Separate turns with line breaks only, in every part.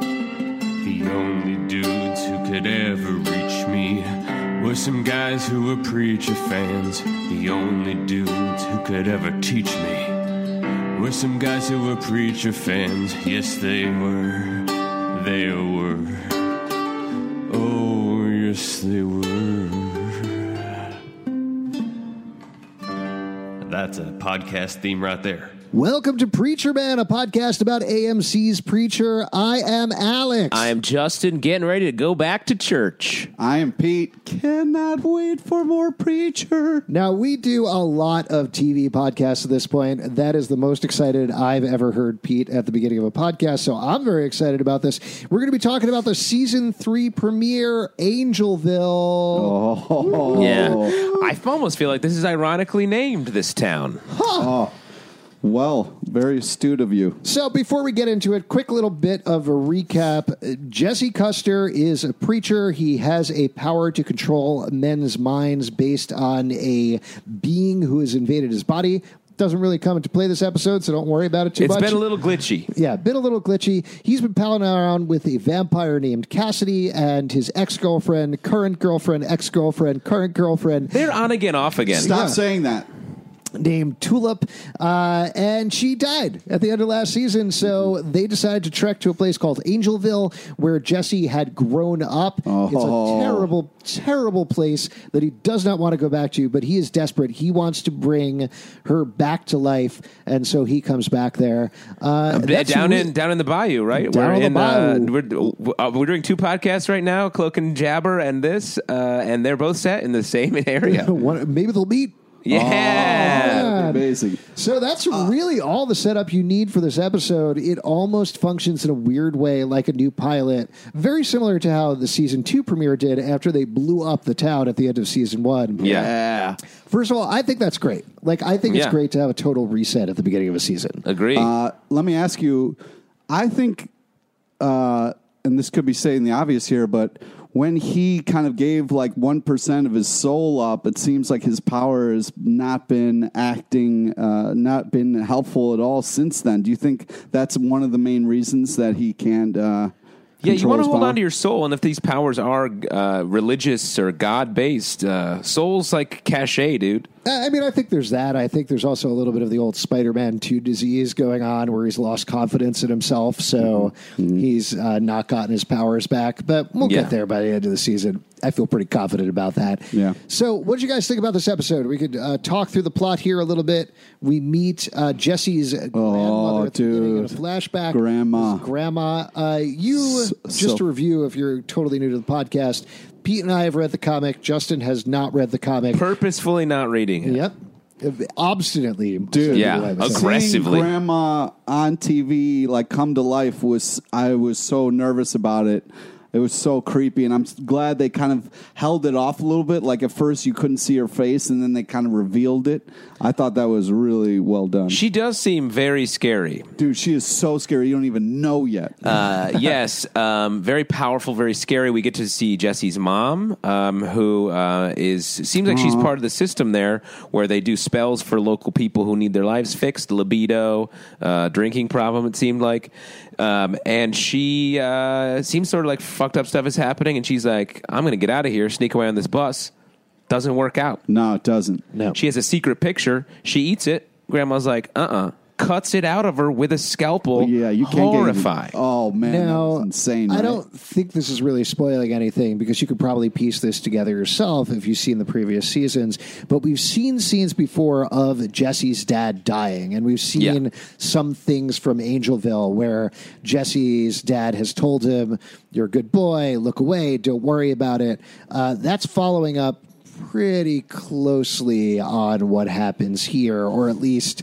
The only dudes who could ever reach me were some guys who were preacher fans. The only dudes who could ever teach me were some guys who were preacher fans. Yes, they were. They were. Oh, yes, they were. That's a podcast theme right there.
Welcome to Preacher Man, a podcast about AMC's Preacher. I am Alex.
I am Justin, getting ready to go back to church.
I am Pete. Cannot wait for more preacher.
Now, we do a lot of TV podcasts at this point. That is the most excited I've ever heard Pete at the beginning of a podcast. So I'm very excited about this. We're going to be talking about the season three premiere, Angelville.
Oh,
Yeah, I almost feel like this is ironically named this town.
well, very astute of you.
So before we get into it, quick little bit of a recap. Uh, Jesse Custer is a preacher. He has a power to control men's minds based on a being who has invaded his body. Doesn't really come into play this episode, so don't worry about it too
It's
much.
been a little glitchy.
Yeah, been a little glitchy. He's been palling around with a vampire named Cassidy and his ex girlfriend, current girlfriend, ex girlfriend, current girlfriend
They're on again, off again.
Stop
Yeah.
saying that.
named Tulip. Uh, and she died at the end of last season. So they decided to trek to a place called Angelville where Jesse had grown up.
Oh.
It's a terrible, terrible place that he does not want to go back to, but he is desperate. He wants to bring her back to life. And so he comes back there. Uh,
Yeah,
that's
down
re-
in down in the bayou, right?
Down
we're
in the bayou.
we're, uh, we're doing two podcasts right now, Cloak and Jabber, and this, uh, and they're both set in the same area.
One- maybe they'll meet.
yeah.
God.
Amazing.
So that's really all the setup you need for this episode. It almost functions in a weird way like a new pilot, very similar to how the season two premiere did after they blew up the town at the end of season one.
yeah,
First of all, I think that's great. Like, I think it's
Yeah.
great to have a total reset at the beginning of a season.
Agree.
Uh, let me ask you. I think, uh, and this could be saying the obvious here, but when he kind of gave like one percent of his soul up, it seems like his power has not been acting, uh, not been helpful at all since then. Do you think that's one of the main reasons that he can't? Uh,
yeah, you
control
want to
his
hold
power?
on to your soul, and if these powers are uh, religious or God based, uh, soul's like cachet, dude.
I I mean, I think there's that. I think there's also a little bit of the old Spider-Man Two disease going on, where he's lost confidence in himself, so
Mm-hmm.
he's uh, not gotten his powers back. But we'll
Yeah.
get there by the end of the season. I feel pretty confident about that.
Yeah.
So, what did you guys think about this episode? We could uh, talk through the plot here a little bit. We meet uh, Jesse's grandmother at the beginning in a
Oh, dude.
flashback.
Grandma.
His grandma. Uh, you
S-
just
so-
a review if you're totally new to the podcast. Pete and I have read the comic. Justin has not read the comic.
Purposefully not reading it.
Yep. Obstinately,
Dude.
Yeah.
Like I said.
Aggra- Aggressively.
Seeing grandma on TV like come to life was I was so nervous about it. It was so creepy, and I'm s- glad they kind of held it off a little bit. Like at first you couldn't see her face, and then they kind of revealed it. I thought that was really well done,
She does seem very scary.
dude. She is so scary. You don't even know yet.
Uh, yes, um, very powerful, very scary. We get to see Jesse's mom, um, who uh, is seems like she's part of the system there, where they do spells for local people who need their lives fixed, libido, uh, drinking problem. It seemed like, Um, and she uh, seems sort of like fucked up stuff is happening, and she's like, "I'm going to get out of here, sneak away on this bus." Doesn't work out.
No, it doesn't.
No.
She has a secret picture. She eats it. Grandma's like, "Uh uh Cuts it out of her with a scalpel.
Yeah, you can't
horrifying.
get. Oh man, that
Now,
was insane.
I
right?
don't think this is really spoiling anything because you could probably piece this together yourself if you've seen the previous seasons. But we've seen scenes before of Jesse's dad dying, and we've seen
Yeah.
some things from Angelville where Jesse's dad has told him, You're a good boy, look away, don't worry about it. Uh, that's following up pretty closely on what happens here, or at least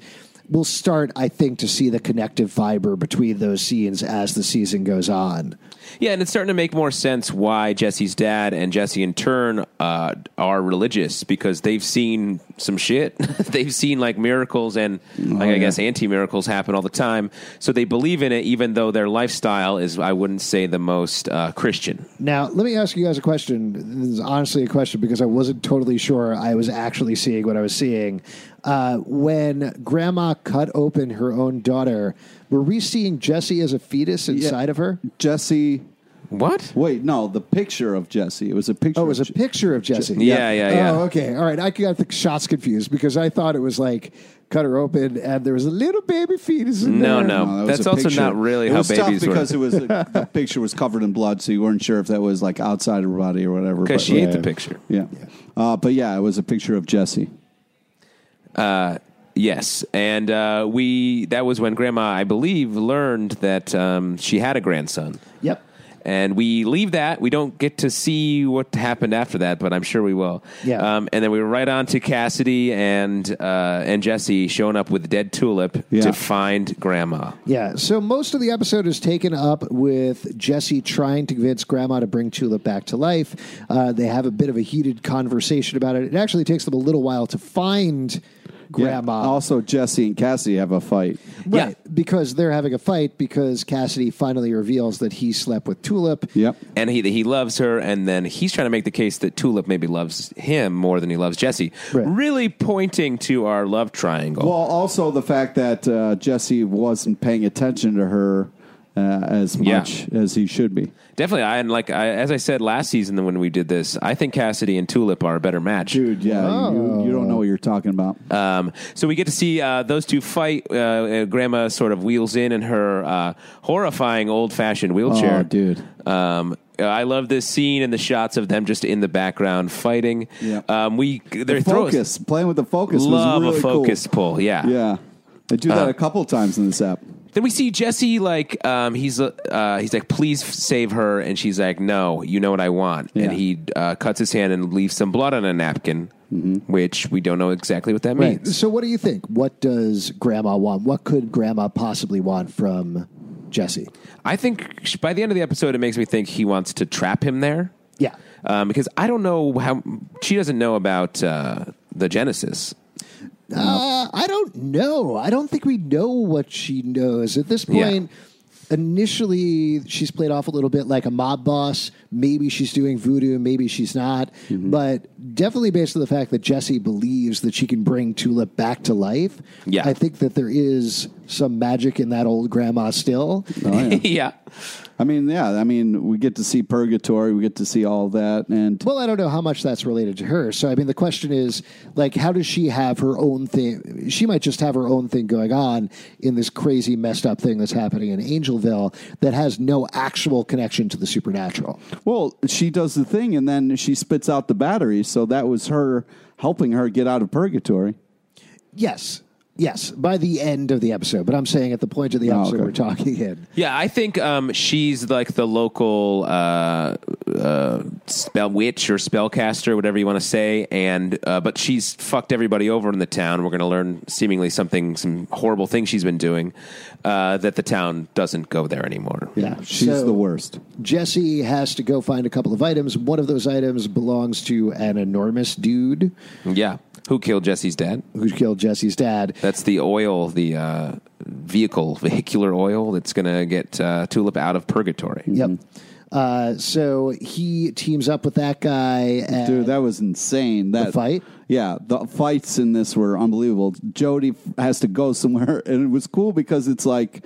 we'll start, I think, to see the connective fiber between those scenes as the season goes on.
Yeah, and it's starting to make more sense why Jesse's dad and Jesse in turn uh, are religious because they've seen some shit. they've seen like miracles and
Oh,
like I guess anti miracles happen all the time. So they believe in it, even though their lifestyle is I wouldn't say the most uh, Christian.
Now, let me ask you guys a question. This is honestly a question because I wasn't totally sure I was actually seeing what I was seeing. Uh, when Grandma cut open her own daughter, were we seeing Jesse as a fetus inside of her?
Jesse.
What?
Wait, no, the picture of Jesse. It was a picture.
Oh, it was
of
a picture of Jesse.
Yeah, yeah, yeah.
Oh, okay. All right. I got the shots confused because I thought it was like cut her open and there was a little baby fetus in
No,
there.
no,
No, that was
that's
a
also
picture.
not really
it
how
was
babies
tough
work.
because it was the picture was covered in blood, so you weren't sure if that was like outside her body or whatever.
Because
but-
she ate
yeah.
the picture.
Yeah, Uh, but yeah, it was a picture of Jesse.
Yes, and uh, we that was when Grandma, I believe, learned that um, she had a grandson.
Yep.
And we leave that. We don't get to see what happened after that, but I'm sure we will.
Yeah.
Um, and then we were right on to Cassidy and uh, and Jesse showing up with dead tulip
Yeah.
to find Grandma.
Yeah, so most of the episode is taken up with Jesse trying to convince Grandma to bring Tulip back to life. Uh, they have a bit of a heated conversation about it. It actually takes them a little while to find Grandma.
Yeah. Oh, Also, Jesse and Cassie have a fight.
Right,
Yeah.
because they're having a fight because Cassidy finally reveals that he slept with Tulip.
Yep.
And he he loves her, and then he's trying to make the case that Tulip maybe loves him more than he loves Jesse,
Right.
really pointing to our love triangle.
Well, also the fact that uh, Jesse wasn't paying attention to her uh, as
Yeah.
much as he should be.
Definitely, I and like I, as I said last season when we did this, I think Cassidy and Tulip are a better match.
Dude, yeah, you, you don't know what you're talking about.
Um, so we get to see uh, those two fight. Uh, Uh, grandma sort of wheels in in her uh, horrifying old fashioned wheelchair.
Oh, dude.
Um, I love this scene and the shots of them just in the background fighting.
Yeah.
Um, we
The
they're
focus, playing with the focus
Love
was really
a focus Uh-huh. pull. Yeah.
Cool. Yeah, they do that a couple times in this app.
Then we see Jesse like um, he's uh, uh, he's like please f- save her and she's like no you know what I want and
Yeah.
he uh, cuts his hand and leaves some blood on a napkin which we don't know exactly what that
Right.
means.
So, what do you think? What does Grandma want? What could Grandma possibly want from Jesse?
I think sh- by the end of the episode it makes me think he wants to trap him there.
Yeah.
um, because I don't know how she doesn't know about uh, the Genesis.
Uh, I don't know. I don't think we know what she knows at this
Yeah.
point. Initially, she's played off a little bit like a mob boss. Maybe she's doing voodoo, maybe she's not.
Mm-hmm.
But definitely, based on the fact that Jesse believes that she can bring Tulip back to life,
Yeah.
I think that there is some magic in that old grandma still.
Uh-huh. yeah,
I mean, yeah, I mean, we get to see purgatory, we get to see all that, and
Well, I don't know how much that's related to her. So, I mean, the question is, like, how does she have her own thing? She might just have her own thing going on in this crazy, messed up thing that's happening in Angelville that has no actual connection to the supernatural.
well, she does the thing, and then she spits out the battery. So that was her helping her get out of purgatory.
Yes. Yes, by the end of the episode. But I'm saying at the point of the episode
Oh, okay.
we're talking in.
yeah. I think um, she's like the local uh, uh, spell witch or spellcaster, whatever you want to say, and uh, but she's fucked everybody over in the town. We're going to learn seemingly something, some horrible thing she's been doing uh, that the town doesn't go there anymore.
Yeah.
She's
So-
the worst.
Jesse has to go find a couple of items. One of those items belongs to an enormous dude
yeah. Who killed Jesse's dad?
who killed Jesse's dad.
That's the oil, the uh, vehicle, vehicular oil that's going to get uh, Tulip out of purgatory.
Yep. Uh, so he teams up with that guy. And
Dude, that was insane. That
fight?
yeah, the fights in this were unbelievable. Jody f- has to go somewhere, and it was cool because it's like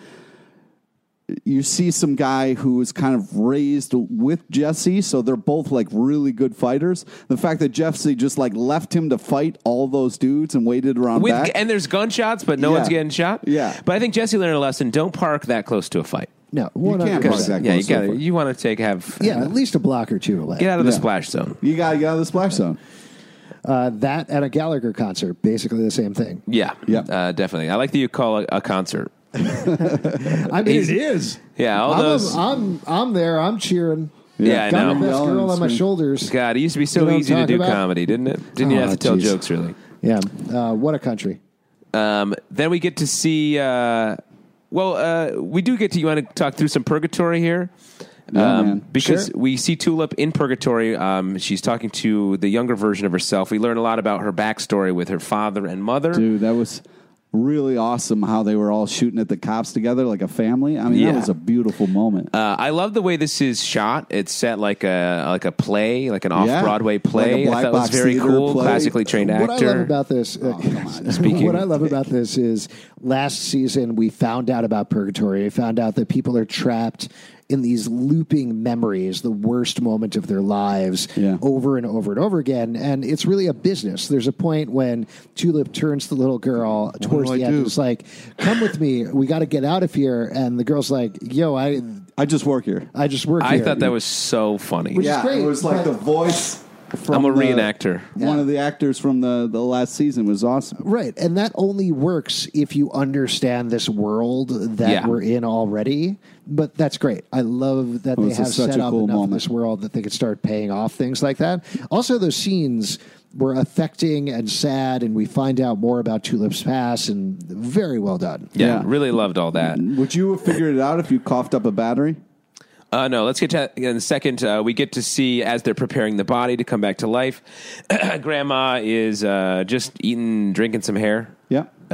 you see some guy who is kind of raised with Jesse, so they're both like really good fighters. The fact that Jesse just like left him to fight all those dudes and waited around
With,
back,
and there's gunshots, but no
Yeah.
one's getting shot.
Yeah.
But I think Jesse learned a lesson. Don't park that close to a fight.
No,
You can't
100%.
park that
yeah, you
close to a
got
fight.
You want to take have
Yeah, at least a block or two away.
get out of the
Yeah.
splash zone.
you gotta get out of the splash zone.
Uh, that at a Gallagher concert, basically the same thing.
Yeah.
Yeah.
Uh, definitely. I like that you call a, a concert.
I mean,
It
is.
Yeah. All
I'm,
those.
I'm I'm there. I'm cheering.
yeah, I
Got
know.
my best
Yelling
girl on my
scream.
shoulders.
God, it used to be
You
so
know what I'm
easy to
talking
do
about?
comedy, didn't it? Didn't you
Oh,
have to tell
jeez.
jokes really?
Yeah. Uh, what a country.
Um, then we get to see. Uh, well, uh, we do get to. You want to talk through some purgatory here?
Yeah,
um,
man.
because
Sure.
we see Tulip in purgatory. Um, she's talking to the younger version of herself. We learn a lot about her backstory with her father and mother.
Dude, that was really awesome how they were all shooting at the cops together like a family. I mean,
Yeah.
that was a beautiful moment.
Uh, I love the way this is shot. It's set like a like a play, like an off Broadway
Like a
play. I
black
thought it was
box
very
theater
cool.
play.
Classically trained
what
actor. Oh,
I love about this, uh,
Speaking-
what I love about this is last season we found out about purgatory. We found out that people are trapped in these looping memories, the worst moment of their lives,
Yeah.
over and over and over again. And it's really a business. There's a point when Tulip turns to the little girl towards
do
the
I
end.
do?
and It's like, "Come with me. We got to get out of here." And the girl's like, "Yo, I,
I just work here.
I just work
I
here."
thought that was so funny.
Which- is great,
it was like
but-
the voice. From
I'm a
the-
reenactor.
One
Yeah.
of the actors from the, the last season was awesome.
Right. And that only works if you understand this world that
Yeah.
we're in already. But that's great. I love that they
this
have
is such
set
a
up
cool
enough of
moment.
this world that they could start paying off things like that. Also, those scenes were affecting and sad, and we find out more about Tulip's past, and very well done.
yeah,
Yeah.
really loved all that.
Would you have figured it out if you coughed up a battery?
Uh, no, let's get to that in a second. Uh, we get to see as they're preparing the body to come back to life. Grandma is uh, just eating, drinking some hair.
Yeah.
Uh,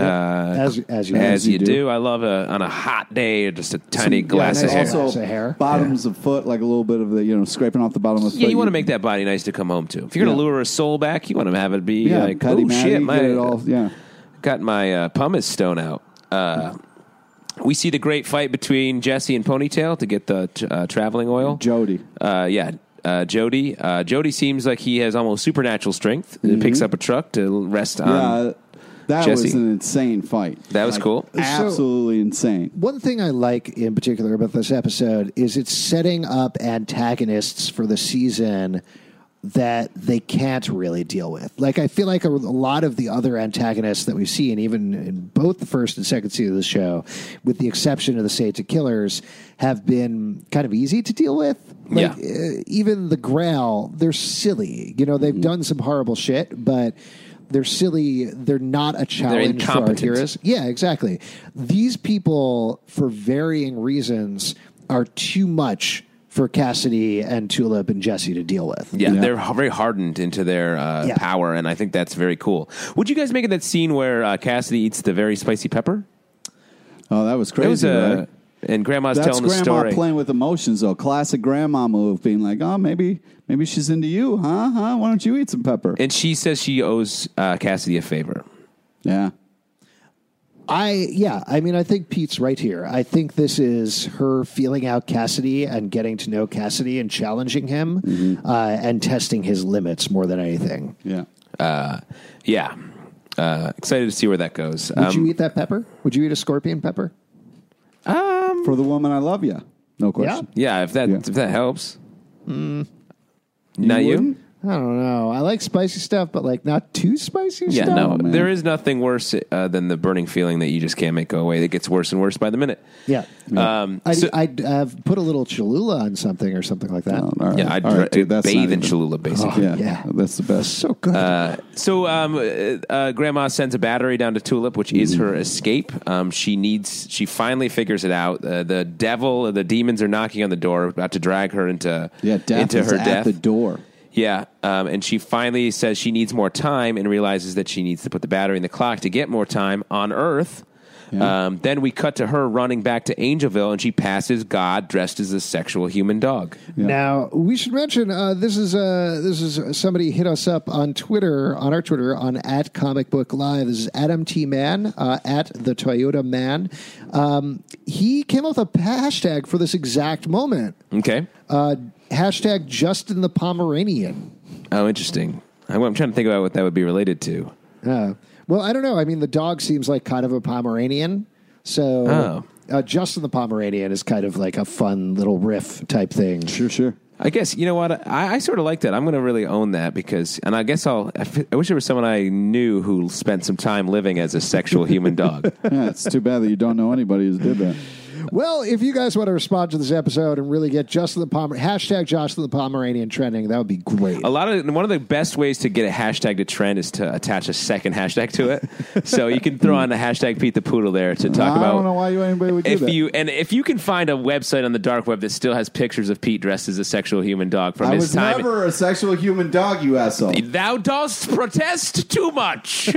As, as you
as you,
you
do.
do.
I love a, on a hot day, just a tiny
Yeah,
glass
and
of hair.
also
Glass of hair.
Bottoms of foot, like a little bit of the, you know, scraping off the bottom of the
yeah,
foot.
you want to make that body nice to come home to. If you're going to
Yeah.
lure a soul back, you want to have it be
yeah,
like,
Cuddy
oh
Matty,
shit,
get
my
it all, yeah.
got my uh, pumice stone out. Uh, we see the great fight between Jesse and Ponytail to get the t- uh, traveling oil.
Jody.
uh, yeah, uh, Jody. Uh, Jody seems like he has almost supernatural strength. He Picks up a truck to rest on.
Mm-hmm. yeah. That was
Um, Jesse.
an insane fight.
That was cool.
Absolutely insane.
One thing I like in particular about this episode is it's setting up antagonists for the season that they can't really deal with. Like I feel like a, a lot of the other antagonists that we've seen, even in both the first and second season of the show, with the exception of the Satan Killers, have been kind of easy to deal with. Like uh, even the Grail, they're silly. You know, they've done some horrible shit, but they're silly. They're not a challenge for our
incompetent.
heroes. Yeah, exactly. These people, for varying reasons, are too much for Cassidy and Tulip and Jesse to deal with.
Yeah, they're h- very hardened into their uh,
Yeah.
power, and I think that's very cool. Would you guys make it that scene where uh, Cassidy eats the very spicy pepper?
Oh, that was
That
crazy.
was uh,
right?
and Grandma's
That's
telling the
grandma
story.
playing with emotions, though. Classic grandma move, being like, "Oh, maybe, maybe she's into you, huh? Huh? Why don't you eat some pepper?"
And she says she owes uh, Cassidy a favor.
yeah,
I yeah, I mean I think Pete's right here. I think this is her feeling out Cassidy and getting to know Cassidy and challenging him uh, and testing his limits more than anything.
yeah.
Yeah. Uh, excited to see where that goes. Um,
Would you eat that pepper? Would you eat a scorpion pepper?
For the woman, I love you. No question.
yeah, if that
Yeah. Mm.
if that helps. Not you?
wouldn't?
I don't know. I like spicy stuff, but like not too spicy
Yeah,
stuff.
no,
man.
there is nothing worse uh, than the burning feeling that you just can't make go away. That gets worse and worse by the minute.
Yeah.
Um,
I'd,
so-
I'd have put a little Cholula on something or something like that.
Oh, all right.
Yeah, I'd
All right, dude, that's
bathe
not
in
even- Oh,
Cholula, basically.
Yeah,
Yeah.
that's the best.
so good.
So, um, uh, uh, Grandma sends a battery down to Tulip, which is her escape. Um, she needs. She finally figures it out. Uh, the devil, the demons are knocking on the door, about to drag her into
yeah, death
into
is
her
at
death.
the door.
Yeah, um, and she finally says she needs more time and realizes that she needs to put the battery in the clock to get more time on Earth. Um, then we cut to her running back to Angelville, and she passes God dressed as a sexual human dog.
Now we should mention uh, this is uh, this is somebody hit us up on Twitter on our Twitter on at Comic Book Live. This is Adam T Man uh, at the Toyota Man. Um, he came up with a hashtag for this exact moment.
Okay.
Uh, hashtag Justin the Pomeranian.
Oh, interesting. I'm, I'm trying to think about what that would be related to.
Uh, well, I don't know. I mean, the dog seems like kind of a Pomeranian, so.
Oh.
Uh, Justin the Pomeranian is kind of like a fun little riff type thing.
Sure, sure.
I guess you know what I, I sort of like that. I'm going to really own that because, and I guess I'll. I f- I wish there was someone I knew who spent some time living as a sexual human dog.
Yeah, it's too bad that you don't know anybody who's did that.
Well, if you guys want to respond to this episode and really get Justin the Pomer hashtag Justin the Pomeranian trending, that would be great.
A lot of one of the best ways to get a hashtag to trend is to attach a second hashtag to it. so you can throw on the hashtag Pete the Poodle there to talk
I
about.
don't know why you anybody would do
if
that.
you and if you can find a website on the dark web that still has pictures of Pete dressed as a sexual human dog from
I
his
was
time,
never a sexual human dog, you asshole.
thou dost protest too much.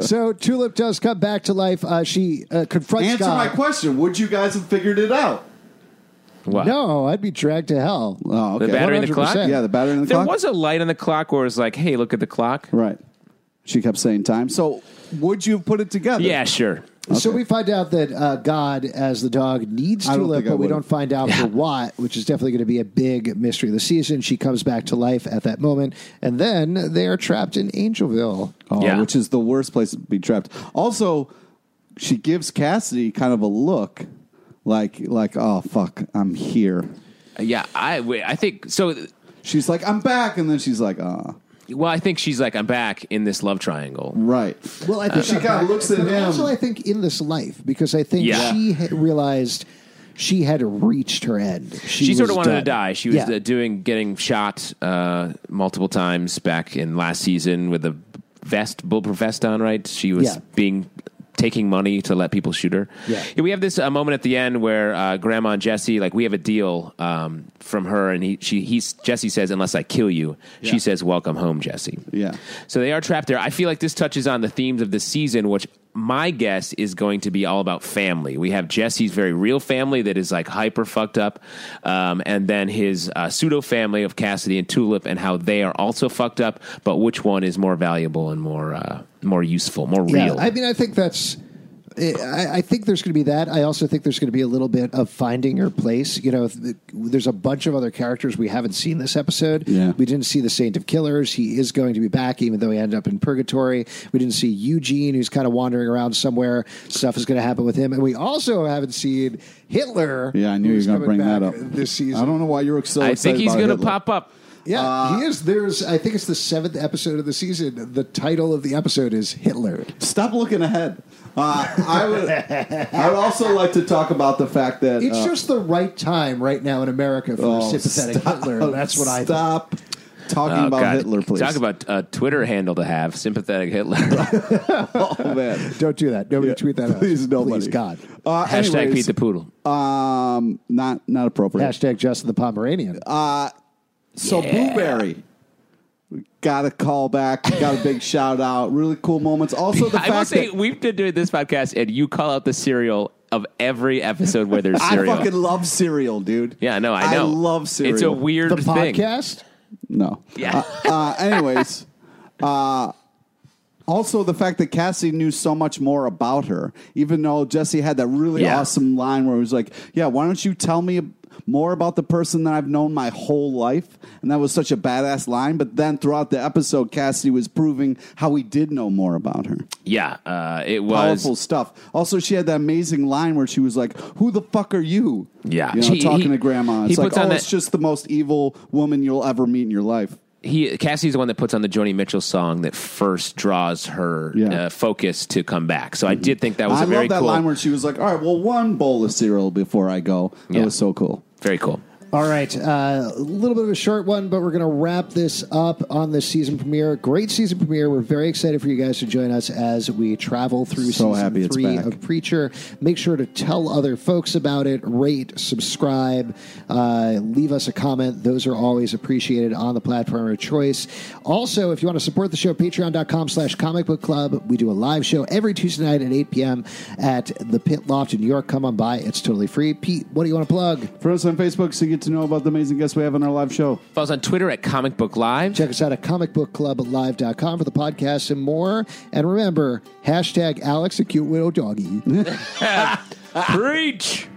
so Tulip does come back to life. Uh, she uh, confronts
Answer
God.
my question. Would you guys have figured it out?
What?
No, I'd be dragged to hell.
Oh,
the battery in the clock.
100%.
Yeah, the battery in the
there
clock.
was a light on the clock where it was like, "Hey, look at the clock."
right. She kept saying time. So would you have put it together?
Yeah, sure.
So we find out that uh, God, as the dog, needs
I don't
Tulip,
think I
but we
would've.
don't find out for what, which is definitely going to be a big mystery of the season. She comes back to life at that moment, and then they are trapped in Angelville.
Oh,
Yeah.
Which is the worst place to be trapped. Also, she gives Cassidy kind of a look like like, oh fuck, I'm here.
Yeah, I wait, I think so.
She's like, I'm back, and then she's like, ah,
Well, I think she's like, "I'm back in this love triangle."
right.
Well, I think
She kinda looks at
but
him.
Also, I think in this life because I think
Yeah.
she had realized she had reached her end.
She, sort
was
of wanted
done.
to die. She was
Yeah.
uh, doing getting shot uh, multiple times back in last season with a vest, bulletproof vest on. Right, she was
Yeah.
being taking money to let people shoot her.
Yeah.
we have this uh, moment at the end where uh, Grandma and Jesse like we have a deal um, from her, and he she he's Jesse says, "Unless I kill you," she says, "Welcome home, Jesse."
Yeah.
So they are trapped there. I feel like this touches on the themes of the season, which my guess is going to be all about family. We have Jesse's very real family that is like hyper fucked up, um, and then his uh, pseudo family of Cassidy and Tulip, and how they are also fucked up. But which one is more valuable and more uh, more useful, more
Yeah,
real?
I mean, I think that's. eh, I, I think there's going to be that. I also think there's going to be a little bit of finding your place. You know, th- there's a bunch of other characters we haven't seen this episode.
Yeah.
We didn't see the Saint of Killers. He is going to be back, even though he ended up in purgatory. We didn't see Eugene, who's kind of wandering around somewhere. Stuff is going to happen with him, and we also haven't seen Hitler.
Yeah, I knew you
who's
were going to
coming
bring that up
back This season,
I don't uh, know why you were so.
I
excited
think he's
about
going to
Hitler.
pop up.
Yeah, he is. There's, I think it's the seventh episode of the season. The title of the episode is Hitler.
Stop looking ahead. Uh, I would. I would also like to talk about the fact that
It's
uh,
just the right time right now in America for
oh,
sympathetic
stop,
Hitler. That's what I thought.
stop talking
Oh,
about
God.
Hitler, please.
Talk about a Twitter handle to have sympathetic Hitler.
oh man.
Don't do that. Nobody
Yeah.
tweet that out.
Please, nobody.
Please, God.
Uh,
Hashtag
anyways,
Pete the Poodle.
Um, not not appropriate.
Hashtag Justin the Pomeranian.
Uh, So Blueberry got a call back, got a big shout out, really cool moments. Also the
I will
fact
say
that
we've been doing this podcast, and you call out the cereal of every episode where there's
I
cereal.
fucking love cereal, dude.
Yeah, no, I know.
I love cereal.
It's a weird
the
thing.
podcast.
No.
Yeah.
Uh, uh, anyways, uh, also the fact that Cassie knew so much more about her, even though Jesse had that really
Yeah.
awesome line where he was like, "Yeah, why don't you tell me?" More about the person that I've known my whole life. And that was such a badass line. But then throughout the episode, Cassidy was proving how he did know more about her.
Yeah, uh, it was.
Powerful stuff. Also, she had that amazing line where she was like, Who the fuck are you?
Yeah.
You know,
She-
talking
he-
to grandma. It's
he
like,
puts on
Oh,
that-
it's just the most evil woman you'll ever meet in your life.
He Cassie's the one that puts on the Joni Mitchell song that first draws her
Yeah.
uh, focus to come back. So I did think that was
I
a very
love that
cool,
line where she was like, "All right, well, one bowl of cereal before I go." That
Yeah.
was so cool.
very cool.
All right, uh, a little bit of a short one, but we're going to wrap this up on this season premiere. Great season premiere. We're very excited for you guys to join us as we travel through
So
season
happy it's
three
back.
of Preacher. Make sure to tell other folks about it. Rate, subscribe, uh, leave us a comment. Those are always appreciated on the platform of choice. Also, if you want to support the show, patreon.com slash comic book club. We do a live show every Tuesday night at 8 p.m. at the Pit Loft in New York. Come on by. It's totally free. Pete, what do you want to plug?
Follow us on Facebook so you get to know about the amazing guests we have on our live show.
Follow us on Twitter at Comic Book Live.
Check us out at comicbookclublive.com for the podcast and more. And remember, hashtag Alex, a cute little doggy.
Preach.